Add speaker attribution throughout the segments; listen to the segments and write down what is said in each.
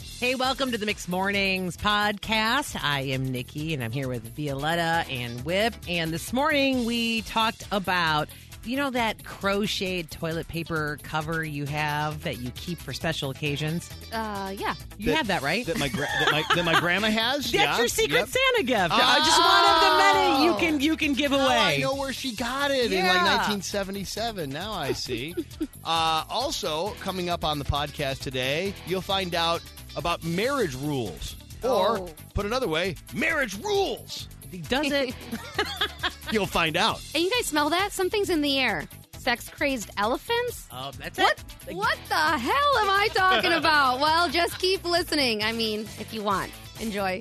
Speaker 1: Hey, welcome to the Mixed Mornings podcast. I am Nikki and I'm here with Violetta and Whip. And this morning we talked about, you know, that crocheted toilet paper cover you have that you keep for special occasions?
Speaker 2: Uh, yeah.
Speaker 1: You have that, right?
Speaker 3: That my, gra- that my that my grandma has.
Speaker 1: That's
Speaker 3: yeah.
Speaker 1: your secret
Speaker 3: Yep.
Speaker 1: Santa gift. I just one of the many you can you can give away.
Speaker 3: Now I know where she got it in like
Speaker 1: Yeah.
Speaker 3: 1977. Now I see. uh, also, coming up on the podcast today, you'll find out about marriage rules, or
Speaker 2: Oh.
Speaker 3: put another way, marriage rules.
Speaker 1: Does it?
Speaker 3: You'll find out.
Speaker 2: And you guys smell that? Something's in the air. Sex crazed elephants?
Speaker 1: Oh, that's
Speaker 2: What?
Speaker 1: it.
Speaker 2: What the hell am I talking about? Well, just keep listening. I mean, if you want, enjoy.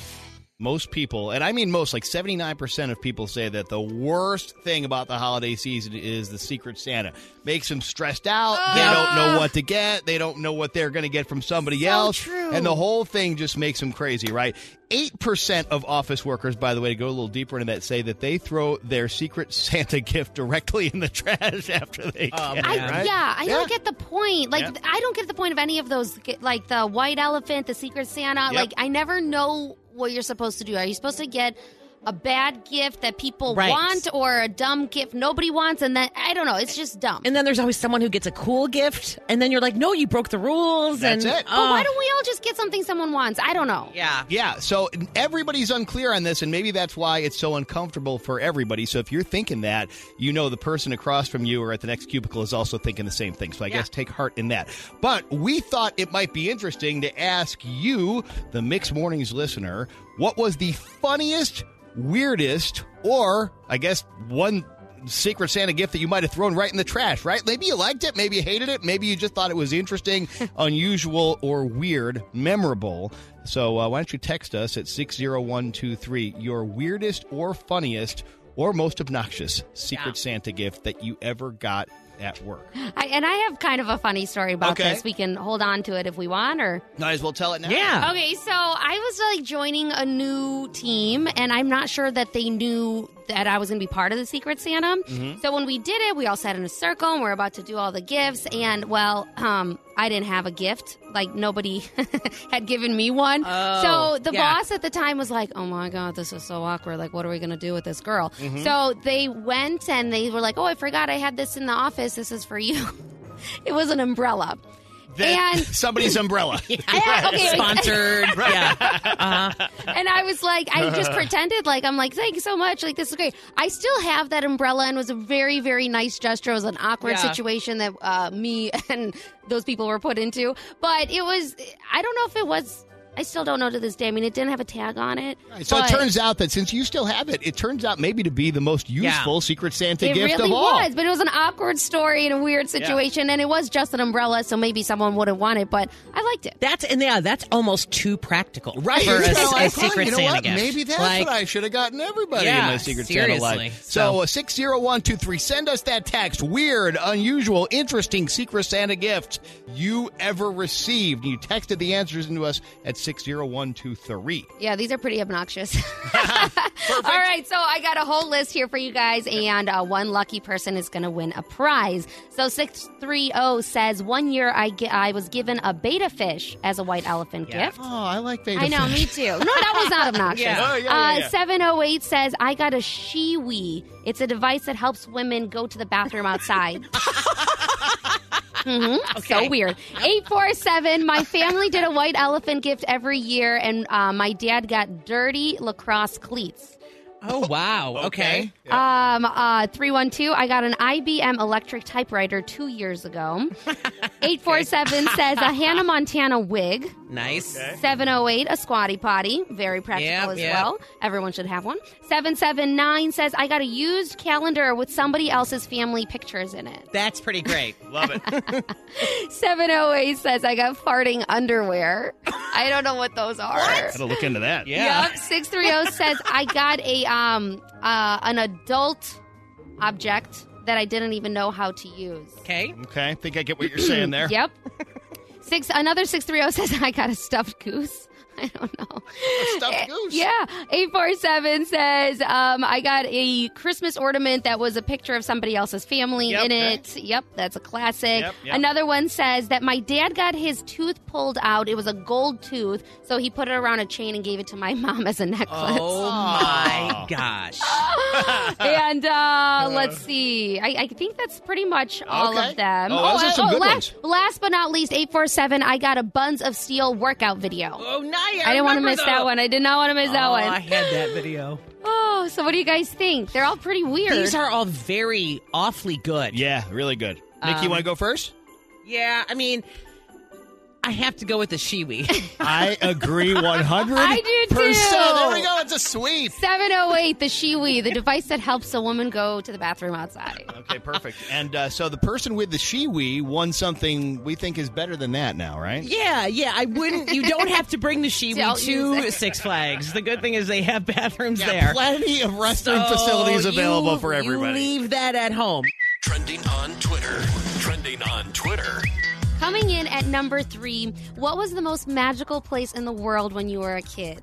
Speaker 3: Most people, and I mean most, like 79% of people say that the worst thing about the holiday season is the Secret Santa. Makes them stressed out. They don't
Speaker 2: Ah.
Speaker 3: know what to get. They don't know what they're going to get from somebody else.
Speaker 2: true.
Speaker 3: And the whole thing just makes them crazy, right? 8% of office workers, by the way, to go a little deeper into that, say that they throw their Secret Santa gift directly in the trash after they
Speaker 1: Oh,
Speaker 3: get
Speaker 1: man.
Speaker 2: I,
Speaker 3: it, right?
Speaker 2: Yeah, I don't
Speaker 3: Yeah.
Speaker 2: get the point. Like,
Speaker 3: Yeah.
Speaker 2: I don't get the point of any of those, like the white elephant, the secret Santa.
Speaker 3: Yep.
Speaker 2: Like, I never know what you're supposed to do. Are you supposed to get a bad gift that people
Speaker 1: Right.
Speaker 2: want or a dumb gift nobody wants? And then, I don't know. It's just dumb.
Speaker 1: And then there's always someone who gets a cool gift, and then you're like, "No, you broke the rules."
Speaker 3: That's
Speaker 1: and
Speaker 3: it.
Speaker 2: but
Speaker 1: oh,
Speaker 2: why don't we all just get something someone wants? I don't know.
Speaker 1: yeah,
Speaker 3: Yeah, so everybody's unclear on this, and maybe that's why it's so uncomfortable for everybody. So if you're thinking that, you know the person across from you or at the next cubicle is also thinking the same thing. So I
Speaker 1: Yeah.
Speaker 3: guess take heart in that. But we thought it might be interesting to ask you, the Mixed Mornings listener, what was the funniest, weirdest, or I guess one secret Santa gift that you might have thrown right in the trash, right? Maybe you liked it, maybe you hated it, maybe you just thought it was interesting, unusual, or weird, memorable. So uh, why don't you text us at 60123 your weirdest or funniest or most obnoxious secret
Speaker 1: Yeah.
Speaker 3: Santa gift that you ever got at work.
Speaker 2: I, and I have kind of a funny story about
Speaker 3: Okay.
Speaker 2: this. We can hold on to it if we want, or
Speaker 3: Might as well tell it now.
Speaker 1: yeah.
Speaker 2: okay. So I was like joining a new team, and I'm not sure that they knew that I was going to be part of the Secret Santa.
Speaker 1: Mm-hmm.
Speaker 2: So when we did it, we all sat in a circle and we're about to do all the gifts. And well, um, I didn't have a gift; like nobody had given me one.
Speaker 1: Oh,
Speaker 2: so the
Speaker 1: yeah.
Speaker 2: boss at the time was like, "Oh my god, this is so awkward. Like, what are we going to do with this girl?"
Speaker 1: Mm-hmm.
Speaker 2: So they went and they were like, "Oh, I forgot I had this in the office. This is for you." it was an umbrella.
Speaker 3: That-
Speaker 2: And-
Speaker 3: somebody's umbrella.
Speaker 2: Yeah, okay, wait.
Speaker 1: Sponsored, yeah.
Speaker 2: and I was like, I just pretended like I'm like, thank you so much, like this is great. I still have that umbrella, and it was a very, very nice gesture. It was an awkward
Speaker 1: Yeah.
Speaker 2: situation that uh, me and those people were put into, but it was. I don't know if it was. I still don't know to this day. I mean, it didn't have a tag on it.
Speaker 3: So
Speaker 2: but
Speaker 3: it turns out that since you still have it, it turns out maybe to be the most useful Secret Santa
Speaker 2: It
Speaker 3: gift
Speaker 2: really
Speaker 3: of all.
Speaker 2: was, but it was an awkward story and a weird situation, and it was just an umbrella, so maybe someone wouldn't want it, but I liked it.
Speaker 1: That's and yeah, that's almost too practical,
Speaker 3: Right.
Speaker 1: For a,
Speaker 3: That's what
Speaker 1: a
Speaker 3: I was
Speaker 1: secret
Speaker 3: calling. you know
Speaker 1: Santa
Speaker 3: what?
Speaker 1: gift.
Speaker 3: Maybe that's
Speaker 1: Like,
Speaker 3: what I should have gotten everybody
Speaker 1: Yeah,
Speaker 3: in my Secret Santa
Speaker 1: seriously.
Speaker 3: life.
Speaker 1: So-
Speaker 3: So six zero one two three. Send us that text. Weird, unusual, interesting Secret Santa gift you ever received. You texted the answers into us at six zero one two three.
Speaker 2: Yeah, these are pretty obnoxious. All right, so I got a whole list here for you guys, and uh, one lucky person is going to win a prize. So six three zero says, "One year I gi- I was given a beta fish as a white elephant
Speaker 1: Yeah.
Speaker 2: gift."
Speaker 3: Oh, I like beta.
Speaker 2: I know, me too. No, that was not obnoxious.
Speaker 1: Yeah.
Speaker 3: Oh, yeah, yeah, yeah.
Speaker 2: Uh, 708 says, I got a shiwi. It's a device that helps women go to the bathroom outside. hmm So
Speaker 1: Okay.
Speaker 2: weird. 847, my family did a white elephant gift every year, and uh, my dad got dirty lacrosse cleats.
Speaker 1: Oh wow. Okay.
Speaker 2: Um, uh, 312, I got an IBM electric typewriter two years ago. 847 says, a Hannah Montana wig.
Speaker 1: Nice.
Speaker 2: 708, a squatty potty. Very practical
Speaker 1: Yep,
Speaker 2: as
Speaker 1: yep.
Speaker 2: well. Everyone should have one. 779 says, I got a used calendar with somebody else's family pictures in it.
Speaker 1: That's pretty great.
Speaker 3: Love it.
Speaker 2: 708 says, I got farting underwear. I don't know what those are.
Speaker 3: Gotta look into that.
Speaker 1: Yeah.
Speaker 2: Yup. 630 says, I got a um uh, an adult object that I didn't even know how to use.
Speaker 1: Okay.
Speaker 3: Okay. I think I get what you're saying there.
Speaker 2: oh Yep. Six another six three zero says I got a stuffed goose. I don't know.
Speaker 3: Stuffed goose.
Speaker 2: Eh, Yeah. 847 says, um, I got a Christmas ornament that was a picture of somebody else's family
Speaker 3: Yep,
Speaker 2: in
Speaker 3: okay.
Speaker 2: it. Yep, that's a classic.
Speaker 3: Yep, yep.
Speaker 2: Another one says that my dad got his tooth pulled out. It was a gold tooth, so he put it around a chain and gave it to my mom as a necklace.
Speaker 1: Oh my gosh.
Speaker 2: and uh, let's see. I, I think that's pretty much all
Speaker 3: Okay.
Speaker 2: of them.
Speaker 3: Oh, those are
Speaker 2: and-
Speaker 3: some good
Speaker 2: last,
Speaker 3: ones.
Speaker 2: last but not least, 847, I got a Buns of Steel workout video.
Speaker 1: Oh, now
Speaker 2: I didn't want to miss that one. I did not want to miss that
Speaker 1: oh, I
Speaker 2: one.
Speaker 1: had that video.
Speaker 2: Oh, so what do you guys think? They're all pretty weird.
Speaker 1: These are all very awfully good.
Speaker 3: Yeah, really good. Nikki, you
Speaker 1: Um,
Speaker 3: want to go first?
Speaker 1: Yeah, I mean, I have to go with the shiwi.
Speaker 3: I agree 100.
Speaker 2: I do, too.
Speaker 3: There we go. It's a sweep.
Speaker 2: 708, the shiwi, the device that helps a woman go to the bathroom outside.
Speaker 3: Okay, perfect. And uh, so the person with the shiwi won something we think is better than that now, right?
Speaker 1: yeah, yeah. I wouldn't. You don't have to bring the shiwi
Speaker 2: Don't use
Speaker 1: to
Speaker 2: it.
Speaker 1: Six Flags. The good thing is they have bathrooms
Speaker 3: Yeah,
Speaker 1: there.
Speaker 3: plenty of restroom
Speaker 1: So
Speaker 3: facilities
Speaker 1: you-
Speaker 3: available for everybody.
Speaker 1: Oh, You leave that at home.
Speaker 4: Trending on Twitter. Trending on Twitter.
Speaker 2: Coming in at number three, what was the most magical place in the world when you were a kid?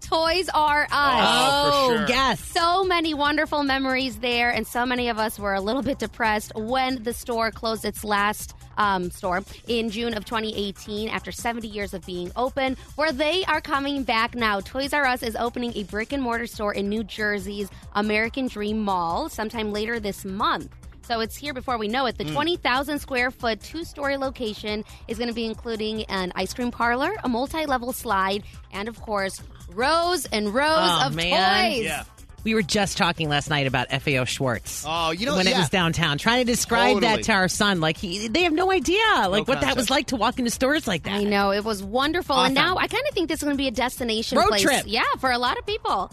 Speaker 2: Toys R Us.
Speaker 3: Oh, for sure.
Speaker 1: yes.
Speaker 2: So many wonderful memories there, and so many of us were a little bit depressed when the store closed its last um, store in June of 2018 after 70 years of being open, where they are coming back now. Toys R Us is opening a brick and mortar store in New Jersey's American Dream Mall sometime later this month. So it's here before we know it.
Speaker 1: Hmm.
Speaker 2: The 20,000 square foot, two story location is going to be including an ice cream parlor, a multi level slide, and of course, rows and rows
Speaker 1: Oh,
Speaker 2: of
Speaker 1: man.
Speaker 2: toys.
Speaker 3: Yeah.
Speaker 1: We were just talking last night about FAO Schwartz.
Speaker 3: Oh, you know,
Speaker 1: when it
Speaker 3: yeah.
Speaker 1: was downtown, trying to describe
Speaker 3: Totally.
Speaker 1: that to our son, like he, they have no idea, like what that
Speaker 3: concept.
Speaker 1: was like to walk into stores like that.
Speaker 2: I know it was wonderful, and
Speaker 1: Awesome.
Speaker 2: now I kind of think this is going to be a destination
Speaker 1: Road
Speaker 2: place.
Speaker 1: trip.
Speaker 2: Yeah, for a lot of people.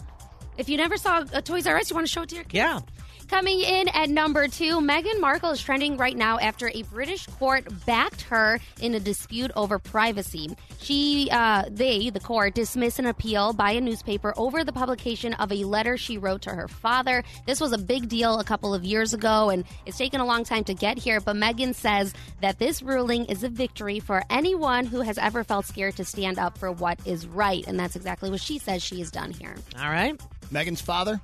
Speaker 2: If you never saw a Toys R Us, you want to show it to your kids.
Speaker 1: Yeah.
Speaker 2: Coming in at number two, Meghan Markle is trending right now after a British court backed her in a dispute over privacy. She, uh, they, the court, dismissed an appeal by a newspaper over the publication of a letter she wrote to her father. This was a big deal a couple of years ago, and it's taken a long time to get here. But Meghan says that this ruling is a victory for anyone who has ever felt scared to stand up for what is right, and that's exactly what she says she has done here.
Speaker 1: All right.
Speaker 3: Megan's father?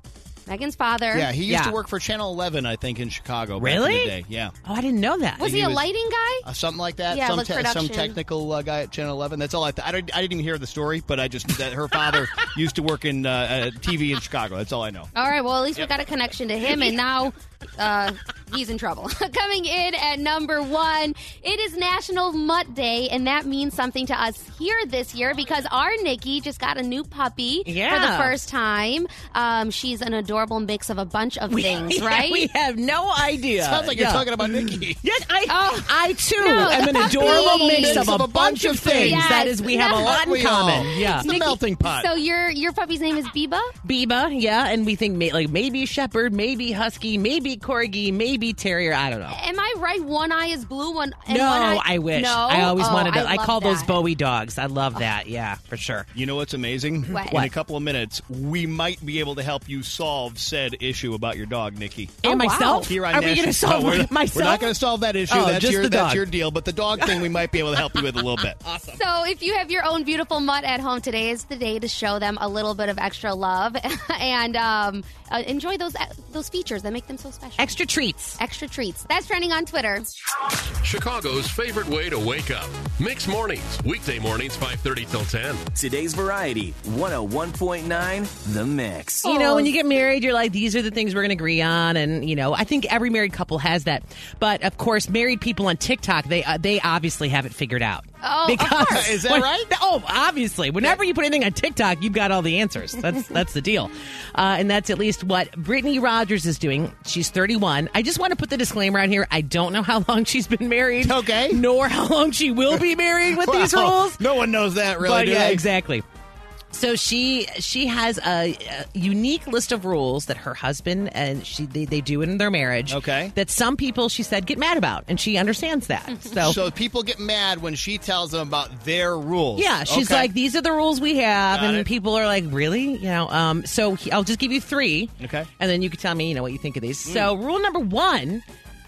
Speaker 2: Meghan's father.
Speaker 3: Yeah, he used
Speaker 1: Er, Yeah.
Speaker 3: to work for Channel 11, I think, in Chicago. Back in
Speaker 1: Really?
Speaker 3: the day. Yeah.
Speaker 1: Oh, I didn't know that.
Speaker 2: was
Speaker 3: he
Speaker 2: he a
Speaker 3: was-
Speaker 2: lighting guy?
Speaker 3: Uh, something like that.
Speaker 2: Yeah,
Speaker 3: some,
Speaker 2: like
Speaker 3: some
Speaker 2: production.
Speaker 3: technical uh, guy at Channel 11. That's all I thought. I, didn't- I didn't even hear the story, but I just knew that her father used to work in uh, uh, TV in Chicago. That's all I know.
Speaker 2: All right. Well, at least we got a connection to him, and now uh, he's in trouble. Coming in at number one, it is National Mutt Day, and that means something to us here this year because our Nikki just got a new puppy for the
Speaker 1: Yeah.
Speaker 2: first time. Um, she's an adorable mix of a bunch of things,
Speaker 1: Yeah,
Speaker 2: right?
Speaker 1: We have no idea.
Speaker 3: Sounds like
Speaker 1: Yeah.
Speaker 3: you're talking about Nikki.
Speaker 1: Yes, I,
Speaker 2: Oh.
Speaker 1: I too
Speaker 2: No,
Speaker 1: am an
Speaker 2: the
Speaker 1: adorable
Speaker 2: puppy.
Speaker 1: mix of a, bunch of things.
Speaker 2: Yes.
Speaker 1: That is, we have a lot in
Speaker 3: We all-
Speaker 1: common. Yeah.
Speaker 3: It's the melting pot.
Speaker 2: So your your puppy's name is Biba.
Speaker 1: Biba, yeah, and we think may, like maybe Shepherd, maybe Husky, maybe Corgi, maybe Terrier. I don't know.
Speaker 2: Am I right? One eye is blue. One and
Speaker 1: no,
Speaker 2: one eye-
Speaker 1: I wish.
Speaker 2: No,
Speaker 1: I always
Speaker 2: Oh,
Speaker 1: wanted. To, I,
Speaker 2: love
Speaker 1: call those
Speaker 2: that.
Speaker 1: Bowie dogs. I love that. Yeah, for sure.
Speaker 3: You know what's amazing?
Speaker 2: What?
Speaker 3: In a
Speaker 2: What?
Speaker 3: couple of minutes, we might be able to help you solve said issue about your dog, Nikki.
Speaker 1: And
Speaker 2: Oh, wow.
Speaker 1: myself.
Speaker 3: Here on
Speaker 1: Are we
Speaker 3: National-
Speaker 1: going to solve
Speaker 3: No, we're,
Speaker 1: myself?
Speaker 3: We're not going to solve that issue.
Speaker 1: Oh,
Speaker 3: that's
Speaker 1: just
Speaker 3: your
Speaker 1: the
Speaker 3: that's
Speaker 1: dog.
Speaker 3: your deal. But the dog thing, we might be able to help you with a little bit.
Speaker 2: So, if you have your own beautiful mutt at home, today is the day to show them a little bit of extra love and um, uh, enjoy those those features that make them so special.
Speaker 1: Extra treats.
Speaker 2: extra treats. That's trending on Twitter.
Speaker 4: Chicago's favorite way to wake up. Mix mornings. Weekday mornings 5:30 till 10.
Speaker 5: Today's variety 101.9 The Mix.
Speaker 1: You know, when you get married, you're like, these are the things we're going to agree on, and you know, I think every married couple has that. But of course, married people on TikTok, they uh, they obviously have it figured out.
Speaker 2: Oh, of course.
Speaker 3: Is that
Speaker 1: when-
Speaker 3: right?
Speaker 1: Oh, obviously. Whenever you put anything on TikTok, you've got all the answers. That's that's the deal, uh, and that's at least what Brittany Rogers is doing. She's 31. I just want to put the disclaimer out here. I don't know how long she's been married,
Speaker 3: Okay.
Speaker 1: nor how long she will be married with these
Speaker 3: Well,
Speaker 1: rules.
Speaker 3: No one knows that really.
Speaker 1: But
Speaker 3: do
Speaker 1: yeah,
Speaker 3: they?
Speaker 1: exactly. So she she has a, a unique list of rules that her husband and she they, they do in their marriage.
Speaker 3: Okay.
Speaker 1: that some people she said get mad about, and she understands that. So.
Speaker 3: So people get mad when she tells them about their rules.
Speaker 1: yeah, she's
Speaker 3: Okay.
Speaker 1: like, these are the rules we have,
Speaker 3: Got
Speaker 1: and
Speaker 3: it.
Speaker 1: people are like, really? You know, um, so he, I'll just give you three,
Speaker 3: Okay. Mm.
Speaker 1: and then you can tell me, you know, what you think of these. So rule number one: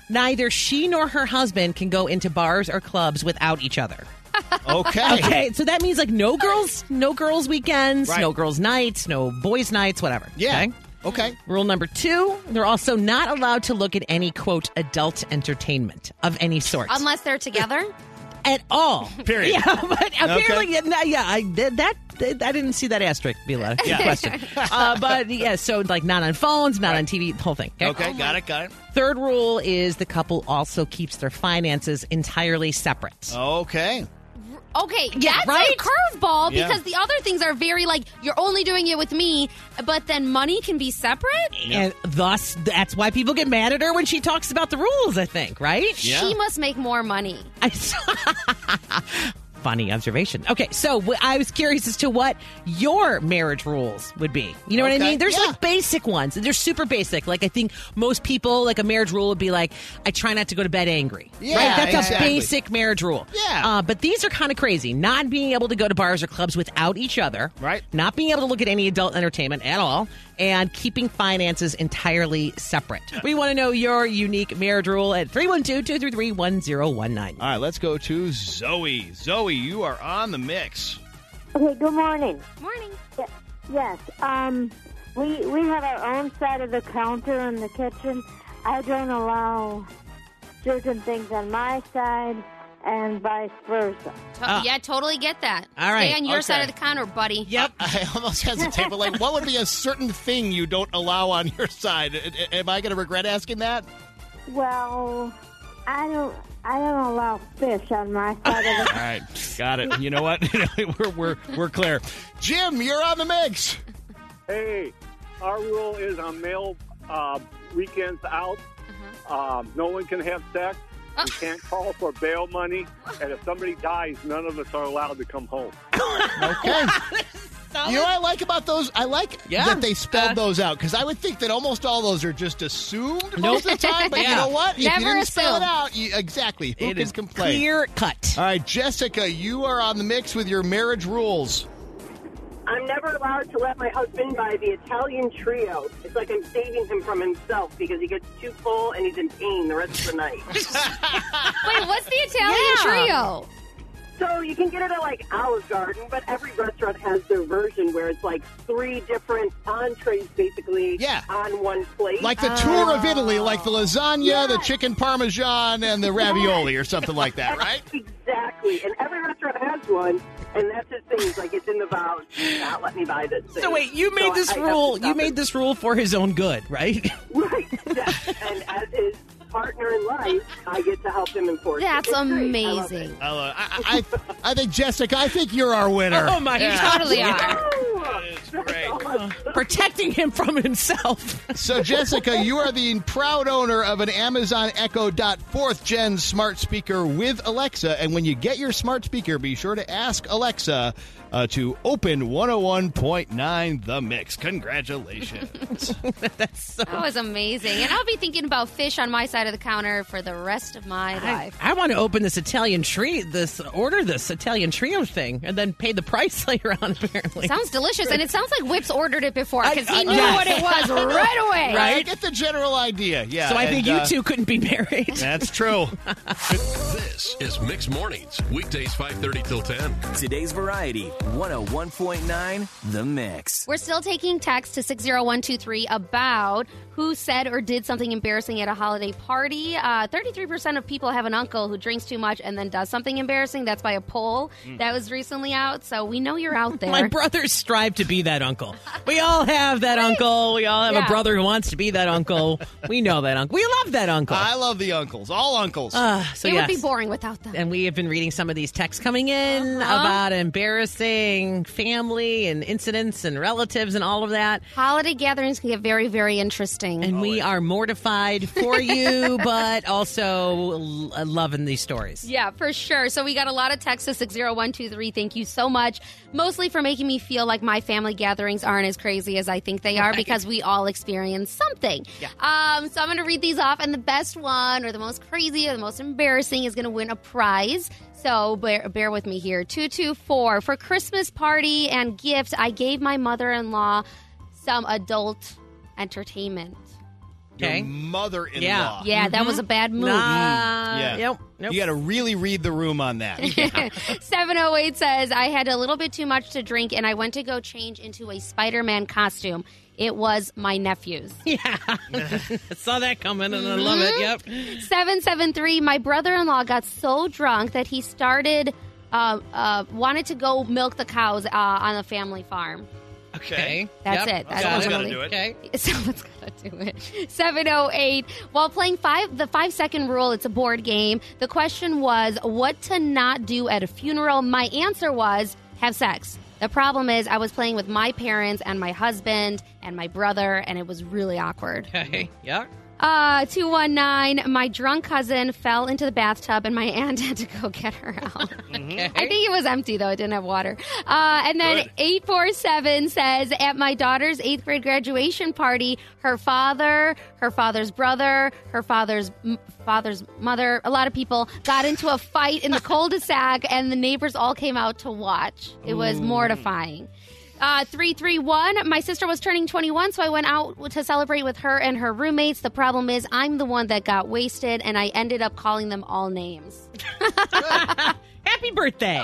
Speaker 1: neither she nor her husband can go into bars or clubs without each other.
Speaker 3: Okay.
Speaker 1: Okay, so that means like no girls, no girls weekends,
Speaker 3: Right.
Speaker 1: no girls nights, no boys nights, whatever.
Speaker 3: Yeah.
Speaker 1: Okay?
Speaker 3: Okay.
Speaker 1: Rule number two: They're also not allowed to look at any quote adult entertainment of any sort
Speaker 2: Unless they're together.
Speaker 1: at all.
Speaker 3: Period.
Speaker 1: Yeah, but apparently, yeah, yeah, I did that. I didn't see that asterisk, Bila. Good question. uh, but yeah, so like not on phones, not on TV, the whole thing.
Speaker 3: Okay. got it. Got it.
Speaker 1: Third rule is the couple also keeps their finances entirely separate.
Speaker 3: Okay.
Speaker 2: Okay,
Speaker 1: Yeah,
Speaker 2: that's
Speaker 1: right?
Speaker 2: a curveball
Speaker 3: Yeah.
Speaker 2: because the other things are very like you're only doing it with me, but then money can be separate.
Speaker 1: And thus, that's why people get mad at her when she talks about the rules, I think, right?
Speaker 3: Yeah.
Speaker 2: She must make more money.
Speaker 1: I saw- Funny observation. Okay, so w- I was curious as to what your marriage rules would be. You know what I
Speaker 3: Okay,
Speaker 1: mean? There's
Speaker 3: yeah.
Speaker 1: like basic ones. They're super basic. Like I think most people, like a marriage rule would be like, I try not to go to bed angry.
Speaker 3: Yeah,
Speaker 1: right? That's
Speaker 3: exactly.
Speaker 1: a basic marriage rule.
Speaker 3: Yeah.
Speaker 1: Uh, but these are kind of crazy. Not being able to go to bars or clubs without each other.
Speaker 3: Right.
Speaker 1: Not being able to look at any adult entertainment at all, and keeping finances entirely separate. We want to know your unique marriage rule at 312 233 1019.
Speaker 3: All right. Let's go to Zoe. Zoe, you are on the mix.
Speaker 6: Okay, good morning.
Speaker 2: Morning.
Speaker 6: Ye- Yes, um, we we have our own side of the counter in the kitchen. I don't allow certain things on my side, and vice versa.
Speaker 2: To- yeah, totally get that.
Speaker 1: All right,
Speaker 2: Stay on your
Speaker 3: okay.
Speaker 2: side of the counter, buddy.
Speaker 1: Yep.
Speaker 3: I almost hesitate, but like, what would be a certain thing you don't allow on your side? A- a- Am I going to regret asking that?
Speaker 6: Well, I don't I don't allow fish on my side of the.
Speaker 3: All right, got it. You know what? we're, we're we're clear. Jim, you're on the mix.
Speaker 7: Hey, our rule is on male uh, weekends out. Um, no one can have sex. We can't call for bail money, and if somebody dies, none of us are allowed to come home.
Speaker 3: Okay. You know what I like about those? I like
Speaker 1: Yeah.
Speaker 3: that they spelled
Speaker 1: Uh,
Speaker 3: those out because I would think that almost all those are just assumed most of the time. But you
Speaker 1: Yeah.
Speaker 3: know what? if
Speaker 2: Never
Speaker 3: you didn't spell it
Speaker 2: assume.
Speaker 3: out, you, exactly. Who
Speaker 1: It
Speaker 3: can
Speaker 1: is
Speaker 3: complain? Uh,
Speaker 1: clear cut.
Speaker 3: All right, Jessica, you are on the mix with your marriage rules.
Speaker 8: I'm never allowed to let my husband buy the Italian trio. It's like I'm saving him from himself because he gets too full and he's in pain the rest of the night.
Speaker 2: Wait, what's the Italian
Speaker 1: Yeah.
Speaker 2: trio?
Speaker 8: so you can get it at like Olive Garden, but every restaurant has their version where it's like three different entrees basically
Speaker 3: Yeah.
Speaker 8: on one plate.
Speaker 3: Like the tour of Italy, like the lasagna, the chicken parmesan, and the ravioli or something like that, right?
Speaker 8: Exactly. And every restaurant has one, and that's his thing. It's like it's in the vows. Do Not let me buy this thing.
Speaker 1: So wait, you made
Speaker 8: So
Speaker 1: this
Speaker 8: I- I have to
Speaker 1: rule. You
Speaker 8: stop it.
Speaker 1: made this rule for his own good, right?
Speaker 8: Right. yes. and as his partner in life, I get to help him enforce it.
Speaker 2: That's
Speaker 8: It's great. I love it.
Speaker 2: amazing.
Speaker 3: I, love- I, I, I think, Jessica, I think you're our winner.
Speaker 1: Oh my
Speaker 2: You
Speaker 1: god.
Speaker 2: totally are.
Speaker 1: Protecting him from himself.
Speaker 3: So, Jessica, you are the proud owner of an Amazon Echo Dot fourth gen smart speaker with Alexa. And when you get your smart speaker, be sure to ask Alexa uh, to open 101.9 The Mix. Congratulations.
Speaker 2: That was amazing. And I'll be thinking about fish on my side of the counter for the rest of my
Speaker 1: I,
Speaker 2: life.
Speaker 1: I want to open this Italian tree this order this Italian trio thing and then pay the price later on apparently.
Speaker 2: Sounds delicious, and it sounds like Whips ordered it before because
Speaker 1: I-
Speaker 2: he knew
Speaker 1: yes.
Speaker 2: what it was right away.
Speaker 3: I get the general idea. Yeah.
Speaker 1: so I think
Speaker 3: and,
Speaker 1: you
Speaker 3: uh,
Speaker 1: two couldn't be married.
Speaker 3: That's true.
Speaker 4: This is Mixed Mornings, weekdays 5:30 till 10.
Speaker 5: Today's Variety 101.9 The Mix.
Speaker 2: We're still taking text to 60123 about who said or did something embarrassing at a holiday party. Uh, 33% of people have an uncle who drinks too much and then does something embarrassing. That's by a poll that was recently out. So we know you're out there.
Speaker 1: Mm. My brothers strive to be that uncle. We all have that uncle. We all have a
Speaker 2: Yeah.
Speaker 1: brother who wants to be that uncle. We know that uncle. We love that uncle.
Speaker 3: I love the uncles, all uncles.
Speaker 1: Ah, so
Speaker 2: it
Speaker 1: yes.
Speaker 2: would be boring without them.
Speaker 1: and we have been reading some of these texts coming in about embarrassing family and incidents and relatives and all of that.
Speaker 2: Holiday gatherings can get very, very interesting.
Speaker 1: And we are mortified for you, but also l- loving these stories.
Speaker 2: Yeah, for sure. So we got a lot of texts to 60123. Thank you so much. Mostly for making me feel like my family gatherings aren't as crazy as I think they are because we all experience something. Um, so I'm going to read these off, and the best one, or the most crazy, or the most embarrassing, is going to win a prize. So bear, bear with me here. 224. For Christmas party and gift, I gave my mother in law some adult entertainment.
Speaker 1: Okay.
Speaker 3: your mother-in-law.
Speaker 1: Yeah.
Speaker 2: Yeah, that was a bad move.
Speaker 1: Nah.
Speaker 3: Yeah.
Speaker 1: Nope. Nope.
Speaker 3: You got to really read the room on that.
Speaker 2: 708 says, I had a little bit too much to drink and I went to go change into a Spider Man costume. It was my nephew's.
Speaker 1: Saw that coming and I love it. Yep.
Speaker 2: 773, my brother in law got so drunk that he started, uh, uh, wanted to go milk the cows uh, on the family farm.
Speaker 1: Okay.
Speaker 2: That's
Speaker 1: Yep.
Speaker 2: it. That's
Speaker 1: Got
Speaker 3: Someone's gotta do it.
Speaker 1: Okay.
Speaker 2: Someone's got to do it. 708. While playing five, the five second rule, it's a board game. The question was what to not do at a funeral. My answer was have sex. The problem is, I was playing with my parents and my husband and my brother, and it was really awkward.
Speaker 1: Okay.
Speaker 3: Mm-hmm.
Speaker 1: Yeah.
Speaker 2: Uh, 219. My drunk cousin fell into the bathtub, and my aunt had to go get her out. I think it was empty though; it didn't have water. Uh, and then eight four seven says, at my daughter's eighth grade graduation party, her father, her father's brother, her father's m- father's mother, a lot of people got into a fight in the cul-de-sac, and the neighbors all came out to watch. It was mortifying. Uh, 331. My sister was turning 21, so I went out to celebrate with her and her roommates. The problem is, I'm the one that got wasted, and I ended up calling them all names.
Speaker 1: Happy birthday.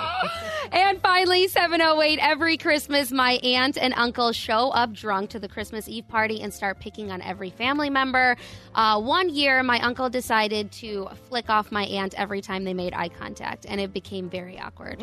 Speaker 2: And finally, 708, every Christmas, my aunt and uncle show up drunk to the Christmas Eve party and start picking on every family member. Uh, one year, my uncle decided to flick off my aunt every time they made eye contact, and it became very awkward.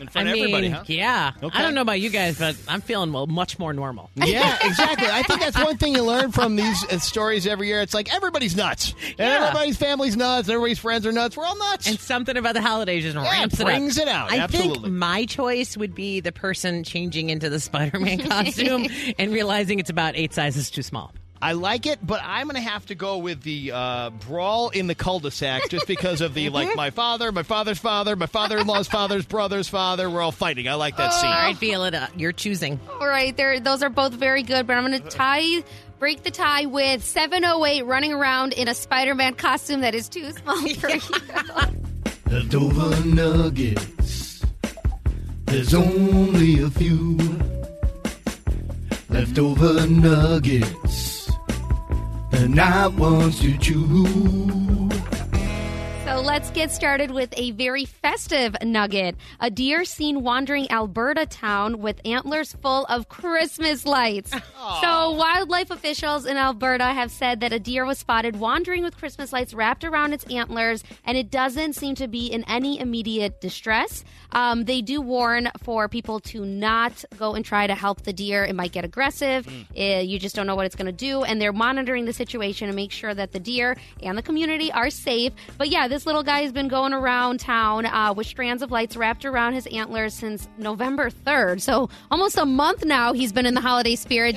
Speaker 3: In front
Speaker 1: I
Speaker 3: of
Speaker 1: mean,
Speaker 3: everybody, huh?
Speaker 1: yeah.
Speaker 3: Okay.
Speaker 1: I don't know about you guys, but I'm feeling well, much more normal.
Speaker 3: Yeah, exactly. I think that's one thing you learn from these uh, stories every year. It's like everybody's nuts. And
Speaker 1: Yeah.
Speaker 3: Everybody's family's nuts. Everybody's friends are nuts. We're all nuts.
Speaker 1: And something about the holidays just ramps it up.
Speaker 3: brings it out.
Speaker 1: I
Speaker 3: Absolutely.
Speaker 1: think my choice would be the person changing into the Spider-Man costume and realizing it's about eight sizes too small.
Speaker 3: I like it, but I'm going to have to go with the uh, brawl in the cul-de-sac just because of the
Speaker 1: Mm-hmm.
Speaker 3: like my father, my father's father, my father-in-law's father's brother's father. We're all fighting. I like that scene.
Speaker 1: All right, Viola, uh, you're choosing.
Speaker 2: All right, there. Those are both very good, but I'm going to tie, break the tie with 708 running around in a Spider-Man costume that is too small for you.
Speaker 9: The Dover Nuggets. There's only a few leftover nuggets. The not ones to chew.
Speaker 2: So let's get started with a very festive nugget. A deer seen wandering Alberta town with antlers full of Christmas lights. So wildlife officials in Alberta have said that a deer was spotted wandering with Christmas lights wrapped around its antlers, and it doesn't seem to be in any immediate distress. Um, they do warn for people to not go and try to help the deer. It might get aggressive.
Speaker 1: Hmm.
Speaker 2: Uh, you just don't know what it's going to do. And they're monitoring the situation to make sure that the deer and the community are safe. But yeah, this little guy has been going around town uh, with strands of lights wrapped around his antlers since November 3rd. So almost a month now he's been in the holiday spirit,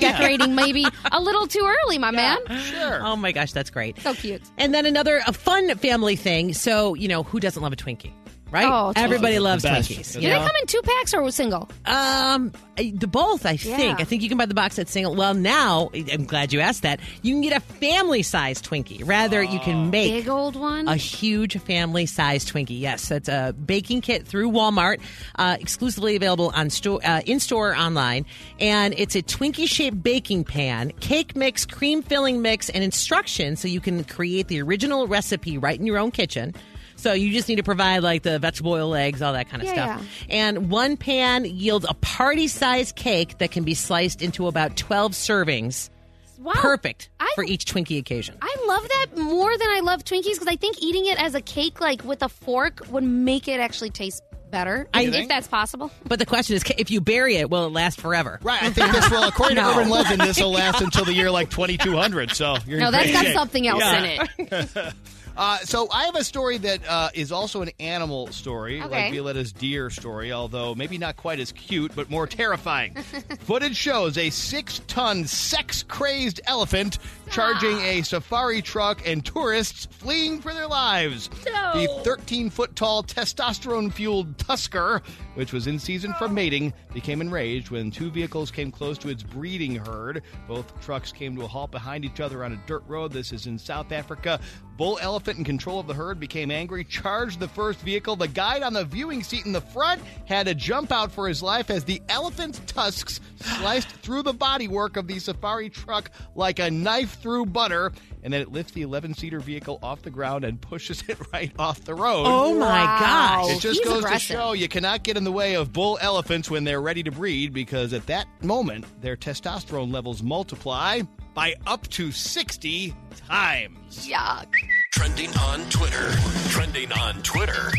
Speaker 2: decorating maybe a little too early, my man.
Speaker 3: Sure.
Speaker 1: Oh my gosh, that's great.
Speaker 2: So cute.
Speaker 1: And then another a fun family thing. So you know who doesn't love a Twinkie, right?
Speaker 2: Oh, Twinkies.
Speaker 1: everybody loves
Speaker 3: Best.
Speaker 1: Twinkies.
Speaker 2: Do they come in two packs or single?
Speaker 1: Um, I- the both. I think. I think you can buy the box set single. Well, now I'm glad you asked that. You can get a family size Twinkie. Rather, you can make
Speaker 2: Big old one.
Speaker 1: a huge family size Twinkie. Yes, that's a baking kit through Walmart, uh, exclusively available on store, uh, in store or online. And it's a Twinkie shaped baking pan, cake mix, cream filling mix, and instructions so you can create the original recipe right in your own kitchen. So you just need to provide like the vegetable oil, eggs, all that kind of
Speaker 2: Yeah,
Speaker 1: stuff.
Speaker 2: yeah.
Speaker 1: And one pan yields a party sized cake that can be sliced into about 12 servings.
Speaker 2: Wow.
Speaker 1: Perfect
Speaker 2: Oh, I-
Speaker 1: for each Twinkie occasion.
Speaker 2: I love that more than I love Twinkies because I think eating it as a cake, like with a fork, would make it actually taste better. if that's possible.
Speaker 1: But the question is, ca- if you bury it, will it last forever?
Speaker 3: Right, I think this will, according to urban legend, this will last until the year like 2200. So you're
Speaker 2: No,
Speaker 3: in
Speaker 2: that's
Speaker 3: great
Speaker 2: got
Speaker 3: shape.
Speaker 2: something else in it.
Speaker 3: Uh, so I have a story that uh, is also an animal story,
Speaker 2: Okay.
Speaker 3: like Violetta's deer story, although maybe not quite as cute, but more terrifying. Footage shows a six-ton sex-crazed elephant charging a safari truck and tourists fleeing for their lives. The 13-foot-tall testosterone-fueled tusker which was in season for mating, became enraged when two vehicles came close to its breeding herd. Both trucks came to a halt behind each other on a dirt road. This is in South Africa. Bull elephant in control of the herd became angry, charged the first vehicle. The guide on the viewing seat in the front had to jump out for his life as the elephant's tusks sliced through the bodywork of the safari truck like a knife through butter. And then it lifts the 11 seater vehicle off the ground and pushes it right off the road.
Speaker 1: Oh my
Speaker 2: Wow.
Speaker 1: gosh.
Speaker 3: It just
Speaker 2: He's
Speaker 3: goes
Speaker 2: aggressive.
Speaker 3: to show you cannot get in the way of bull elephants when they're ready to breed because at that moment their testosterone levels multiply by up to 60 times.
Speaker 2: Yuck.
Speaker 4: Trending on Twitter. Trending on Twitter.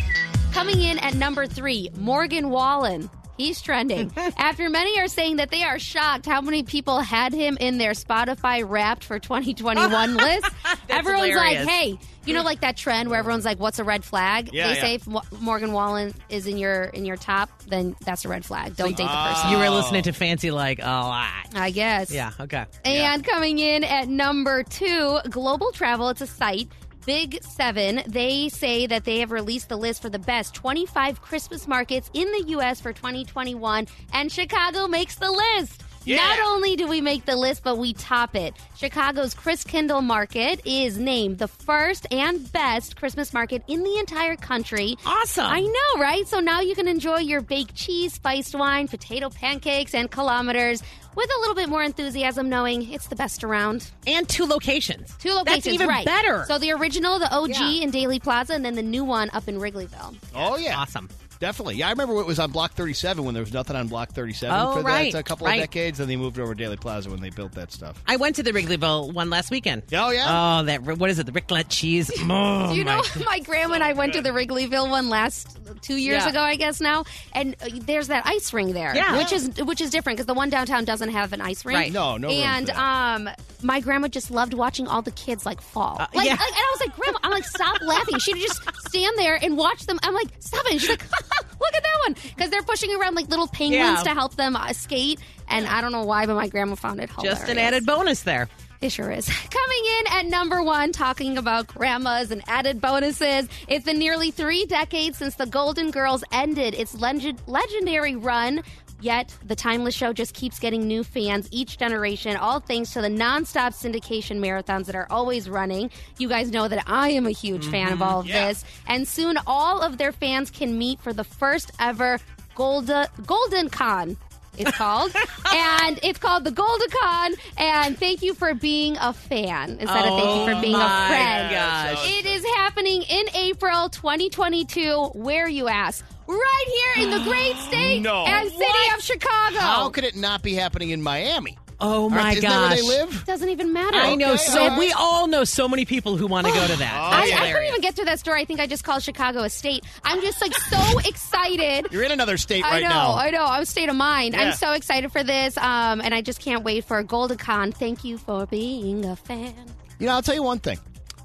Speaker 2: Coming in at number three, Morgan Wallen. He's trending. After many are saying that they are shocked how many people had him in their Spotify wrapped for 2021 list, everyone's
Speaker 1: hilarious.
Speaker 2: like, hey, you know, like that trend where everyone's like, what's a red flag?
Speaker 3: Yeah,
Speaker 2: they
Speaker 3: yeah.
Speaker 2: say if Mo- Morgan Wallen is in your in your top, then that's a red flag. Don't date the person.
Speaker 1: You were listening to Fancy like a lot.
Speaker 2: I guess.
Speaker 1: Yeah, okay.
Speaker 2: And coming in at number two, Global Travel. It's a site. Big Seven, they say that they have released the list for the best 25 Christmas markets in the U.S. for 2021, and Chicago makes the list. Not only do we make the list, but we top it. Chicago's Chris Kindle Market is named the first and best Christmas market in the entire country.
Speaker 1: Awesome.
Speaker 2: I know, right? So now you can enjoy your baked cheese, spiced wine, potato pancakes, and kilometers with a little bit more enthusiasm, knowing it's the best around.
Speaker 1: And two locations.
Speaker 2: Two locations,
Speaker 1: That's even
Speaker 2: right?
Speaker 1: better.
Speaker 2: So the original, the OG
Speaker 1: Yeah.
Speaker 2: in Daly Plaza, and then the new one up in Wrigleyville.
Speaker 3: Oh yeah.
Speaker 1: awesome.
Speaker 3: Definitely. Yeah, I remember it was on Block 37 when there was nothing on Block 37
Speaker 1: Oh,
Speaker 3: for
Speaker 1: right,
Speaker 3: that a couple
Speaker 1: right.
Speaker 3: of decades. Then they moved over to Daily Plaza when they built that stuff.
Speaker 1: I went to the Wrigleyville one last weekend.
Speaker 3: Oh, yeah?
Speaker 1: Oh, that what is it? The Ricklet cheese. Oh,
Speaker 2: Do you
Speaker 1: my
Speaker 2: know, my grandma and I went to the Wrigleyville one last two years
Speaker 1: Yeah.
Speaker 2: ago, I guess now, and uh, there's that ice ring there,
Speaker 1: Yeah.
Speaker 2: which is which is different because the one downtown doesn't have an ice ring.
Speaker 1: Right.
Speaker 3: No, no room for
Speaker 2: And
Speaker 3: that.
Speaker 2: um, my grandma just loved watching all the kids like fall. like,
Speaker 1: Uh, yeah.
Speaker 2: like- and I was like, Grandma, I'm like, stop laughing. She'd just stand there and watch them. I'm like, stop it. And she's like, look at that one because they're pushing around like little penguins
Speaker 1: Yeah.
Speaker 2: to help them uh, skate. And I don't know why, but my grandma found it hilarious.
Speaker 1: Just an added bonus there.
Speaker 2: It sure is. Coming in at number one, talking about grandmas and added bonuses. It's been nearly three decades since the Golden Girls ended its legend- legendary run. Yet, the timeless show just keeps getting new fans each generation, all thanks to the nonstop syndication marathons that are always running. You guys know that I am a huge fan of all of this. And soon, all of their fans can meet for the first ever Golda- Golden Con it's called. and it's called the Goldicon. And thank you for being a fan instead of thank
Speaker 3: Oh
Speaker 2: you for being
Speaker 1: my
Speaker 2: a friend.
Speaker 1: gosh.
Speaker 2: It is happening in April 2022. Where you ask? Right here in the great state
Speaker 3: No.
Speaker 2: and city of Chicago.
Speaker 3: How could it not be happening in Miami?
Speaker 1: Oh
Speaker 3: Aren't-
Speaker 1: my
Speaker 3: isn't that
Speaker 1: gosh.
Speaker 3: where they live?
Speaker 2: doesn't even matter.
Speaker 1: I know
Speaker 3: Okay,
Speaker 1: so
Speaker 3: all right. Oh,
Speaker 1: we all know so many people who want to go to that.
Speaker 2: I,
Speaker 1: That's
Speaker 2: I couldn't
Speaker 1: hilarious.
Speaker 2: even get through that story. I think I just called Chicago a state. I'm just like so excited
Speaker 3: You're in another state
Speaker 2: I
Speaker 3: right
Speaker 2: know,
Speaker 3: now.
Speaker 2: I know. I'm state of mind.
Speaker 3: Yeah.
Speaker 2: I'm so excited for this, um, and I just can't wait for Goldicon. Thank you for being a fan.
Speaker 3: You know, I'll tell you one thing.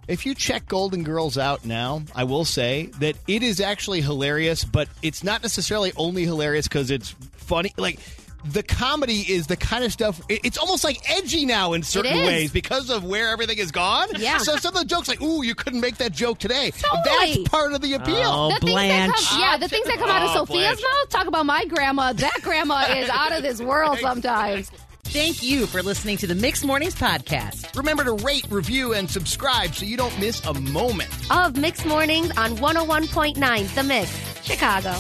Speaker 3: If you check Golden Girls out now, I will say that it is actually hilarious, but it's not necessarily only hilarious because it's funny. Like, the comedy is the kind of stuff, it- it's almost like edgy now in certain
Speaker 2: is.
Speaker 3: ways because of where everything is gone.
Speaker 2: Yeah.
Speaker 3: So some of the jokes, like, ooh, you couldn't make that joke today.
Speaker 2: Totally.
Speaker 3: That's part of the appeal.
Speaker 1: Oh,
Speaker 2: things that
Speaker 1: Blanche.
Speaker 2: come, yeah, the things that come out of
Speaker 3: Oh,
Speaker 2: Sophia's
Speaker 3: Blanche.
Speaker 2: mouth. Talk about my grandma. That grandma is out of this world sometimes.
Speaker 1: Thank you for listening to the Mixed Mornings podcast.
Speaker 3: Remember to rate, review, and subscribe so you don't miss a moment.
Speaker 2: Of Mixed Mornings on 101.9 The Mix, Chicago.